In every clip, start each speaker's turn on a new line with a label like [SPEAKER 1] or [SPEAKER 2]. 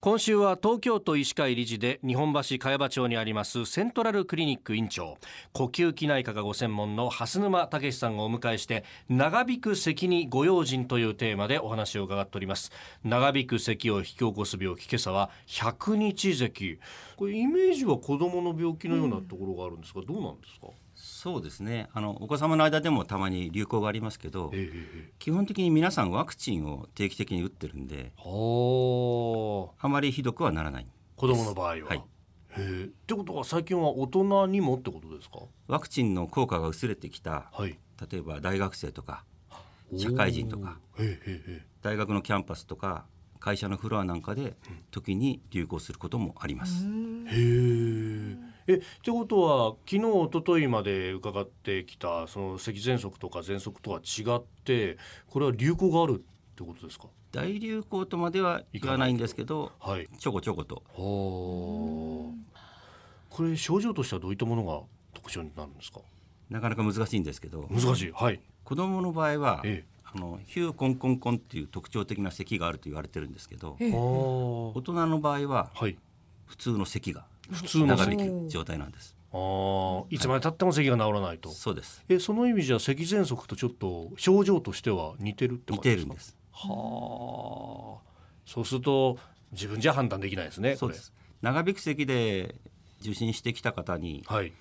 [SPEAKER 1] 今週は東京都医師会理事で日本橋茅場町にありますセントラルクリニック院長呼吸器内科がご専門の蓮沼武さんをお迎えして長引く咳にご用心というテーマでお話を伺っております長引く咳を引き起こす病気今朝は100日咳これイメージは子どもの病気のようなところがあるんですが、どうなんですか
[SPEAKER 2] そうですねあのお子様の間でもたまに流行がありますけど、基本的に皆さんワクチンを定期的に打ってるんで
[SPEAKER 1] 子
[SPEAKER 2] あまりひどくはならない
[SPEAKER 1] 供の場合は、
[SPEAKER 2] はい
[SPEAKER 1] へえってことは最近は大人にもってことですか
[SPEAKER 2] ワクチンの効果が薄れてきた
[SPEAKER 1] はい
[SPEAKER 2] 例えば大学生とか社会人とか
[SPEAKER 1] おーへえへえへえ
[SPEAKER 2] 大学のキャンパスとか会社のフロアなんかで時に流行することもあります、
[SPEAKER 1] へーえってことは昨日一昨日まで伺ってきたその咳喘息とか喘息とは違ってこれは流行があるってことですか
[SPEAKER 2] 大流行とまでは言わないんですけど
[SPEAKER 1] はい
[SPEAKER 2] ちょこちょこと
[SPEAKER 1] これ症状としてはどういったものが特徴になるんですか
[SPEAKER 2] なかなか難しいんですけど
[SPEAKER 1] 難しいはい
[SPEAKER 2] 子どもの場合は、
[SPEAKER 1] え
[SPEAKER 2] あのヒューコンコンコンっていう特徴的な咳があると言われてるんですけど
[SPEAKER 1] え
[SPEAKER 3] ええ
[SPEAKER 1] は
[SPEAKER 2] 大人の場合は
[SPEAKER 1] あはい
[SPEAKER 2] 普通の咳が
[SPEAKER 1] 普通の
[SPEAKER 2] 長
[SPEAKER 1] 咳
[SPEAKER 2] 引く状態なんです
[SPEAKER 1] あーいつまでたっても咳が治らないと
[SPEAKER 2] そうです
[SPEAKER 1] えその意味じゃ咳喘息とちょっと症状としては似てるって
[SPEAKER 2] 似
[SPEAKER 1] こと
[SPEAKER 2] て
[SPEAKER 1] で
[SPEAKER 2] る
[SPEAKER 1] す
[SPEAKER 2] ん
[SPEAKER 1] か
[SPEAKER 2] です
[SPEAKER 1] はあそうすると自分じゃ判断できないですね
[SPEAKER 2] そうです長引く咳で受診してきた方に
[SPEAKER 1] これはい、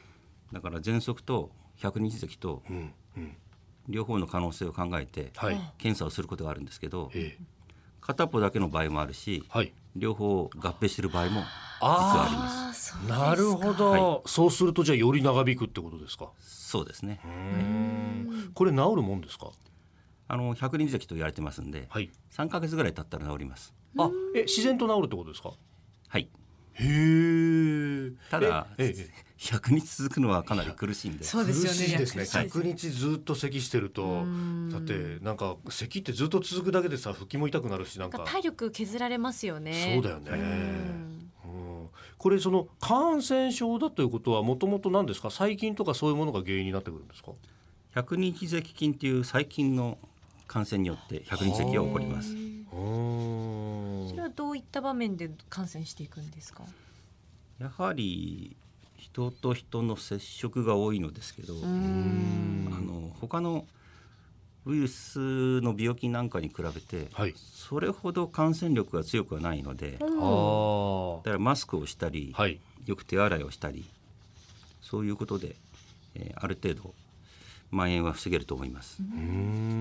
[SPEAKER 2] だから喘息と百日咳と
[SPEAKER 1] うんうん、
[SPEAKER 2] 両方の可能性を考えて
[SPEAKER 1] はい、
[SPEAKER 2] 検査をすることがあるんですけど
[SPEAKER 1] ええ
[SPEAKER 2] 片っぽだけの場合もあるし
[SPEAKER 1] はい
[SPEAKER 2] 両方合併してる場合も実はあり
[SPEAKER 1] あ
[SPEAKER 2] ます
[SPEAKER 3] あーそう
[SPEAKER 1] あなるほど、そうするとじゃあより長引くってことですか
[SPEAKER 2] そうですね
[SPEAKER 1] うんこれ治るもんですか
[SPEAKER 2] あの百日咳と言われてますんで
[SPEAKER 1] はい
[SPEAKER 2] 3ヶ月ぐらい経ったら治ります
[SPEAKER 1] あえ自然と治るってことですか
[SPEAKER 2] はい
[SPEAKER 1] へえ
[SPEAKER 2] ただ
[SPEAKER 1] えええ
[SPEAKER 2] 100日続くのはかなり苦しいんで
[SPEAKER 3] そうですよね
[SPEAKER 1] 苦しいですね
[SPEAKER 3] 薬
[SPEAKER 1] 100日ずっと咳してるとだってなんか咳ってずっと続くだけでさ腹筋も痛くなるしなん
[SPEAKER 3] なん
[SPEAKER 1] か
[SPEAKER 3] か体力削られますよね
[SPEAKER 1] そうだよね
[SPEAKER 3] うん
[SPEAKER 1] うんこれその感染症だということはもともと何ですか細菌とかそういうものが原因になってくるんですか
[SPEAKER 2] 百日咳菌っていう細菌の感染によって百日咳が起こります
[SPEAKER 1] うん
[SPEAKER 3] それはどういった場面で感染していくんですか
[SPEAKER 2] やはり人と人の接触が多いのですけど、
[SPEAKER 3] うん
[SPEAKER 2] あの他のウイルスの病気なんかに比べて、
[SPEAKER 1] はい
[SPEAKER 2] それほど感染力が強くはないので、だ
[SPEAKER 1] ああ
[SPEAKER 2] からマスクをしたり、
[SPEAKER 1] はい
[SPEAKER 2] よく手洗いをしたり、そういうことで、えーある程度蔓延は防げると思います。
[SPEAKER 1] うー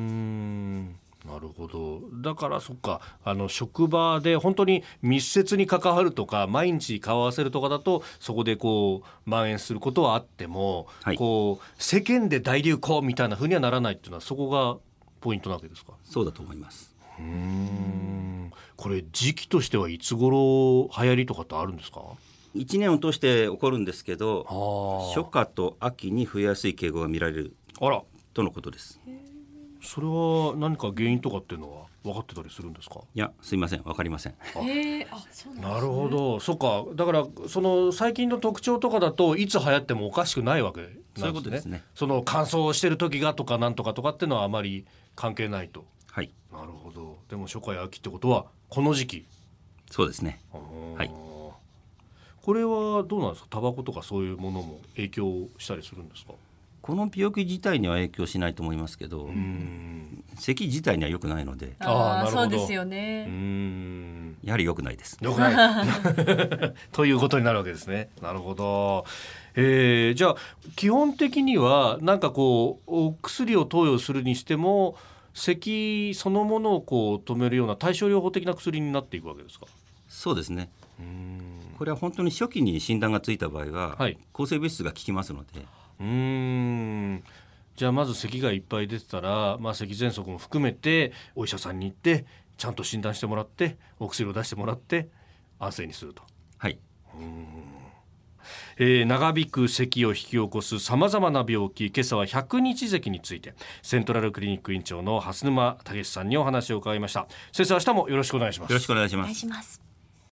[SPEAKER 1] んなるほどだからそっかあの職場で本当に密接に関わるとか毎日顔合わせるとかだとそこでこう蔓延することはあっても、
[SPEAKER 2] はい
[SPEAKER 1] こう世間で大流行みたいなふうにはならないっていうのはそこがポイントなわけですか
[SPEAKER 2] そうだと思います。
[SPEAKER 1] うーんこれ時期としてはいつ頃流行りとかってあるんですか
[SPEAKER 2] 一年を通して起こるんですけど、
[SPEAKER 1] あ
[SPEAKER 2] 初夏と秋に増えやすい傾向が見られる
[SPEAKER 1] あら
[SPEAKER 2] とのことです。
[SPEAKER 1] それは何か原因とかっていうのは分かってたりするんですか
[SPEAKER 2] いや、すいません、わか りません。
[SPEAKER 3] へえあそうなんですね
[SPEAKER 1] なるほどそっかだからその最近の特徴とかだといつ流行ってもおかしくないわけなんですね
[SPEAKER 2] そういうことですね
[SPEAKER 1] その乾燥してる時がとかなんとかとかっていうのはあまり関係ないと
[SPEAKER 2] はい、
[SPEAKER 1] なるほどでも初夏や秋ってことはこの時期
[SPEAKER 2] そうですね。はい
[SPEAKER 1] これはどうなんですかタバコとかそういうものも影響したりするんですか
[SPEAKER 2] この病気自体には影響しないと思いますけど、
[SPEAKER 1] うん
[SPEAKER 2] 咳自体には良くないので、
[SPEAKER 1] あー
[SPEAKER 3] あ
[SPEAKER 1] な
[SPEAKER 3] あ
[SPEAKER 1] るほど
[SPEAKER 3] そうですよ
[SPEAKER 1] う
[SPEAKER 3] ね
[SPEAKER 1] ん
[SPEAKER 2] やはり良くないです。
[SPEAKER 1] よくない ということになるわけですね。なるほど。えーじゃあ基本的にはなんかこうお薬を投与するにしても咳そのものをこう止めるような対症療法的な薬になっていくわけですか。
[SPEAKER 2] そうですね。
[SPEAKER 1] うーん
[SPEAKER 2] これは本当に初期に診断がついた場合は、
[SPEAKER 1] はい
[SPEAKER 2] 抗生物質が効きますので、
[SPEAKER 1] うーんじゃあまず咳がいっぱい出てたら、まあ、咳喘息も含めてお医者さんに行ってちゃんと診断してもらってお薬を出してもらって安静にすると。
[SPEAKER 2] はい、
[SPEAKER 1] えー長引く咳を引き起こすさまざまな病気今朝は100日咳についてセントラルクリニック院長の蓮沼武さんにお話を伺いました先生明日もよろしくお願いします
[SPEAKER 2] よろしくお願いし
[SPEAKER 3] お
[SPEAKER 2] ま
[SPEAKER 3] 願い
[SPEAKER 2] す。
[SPEAKER 3] します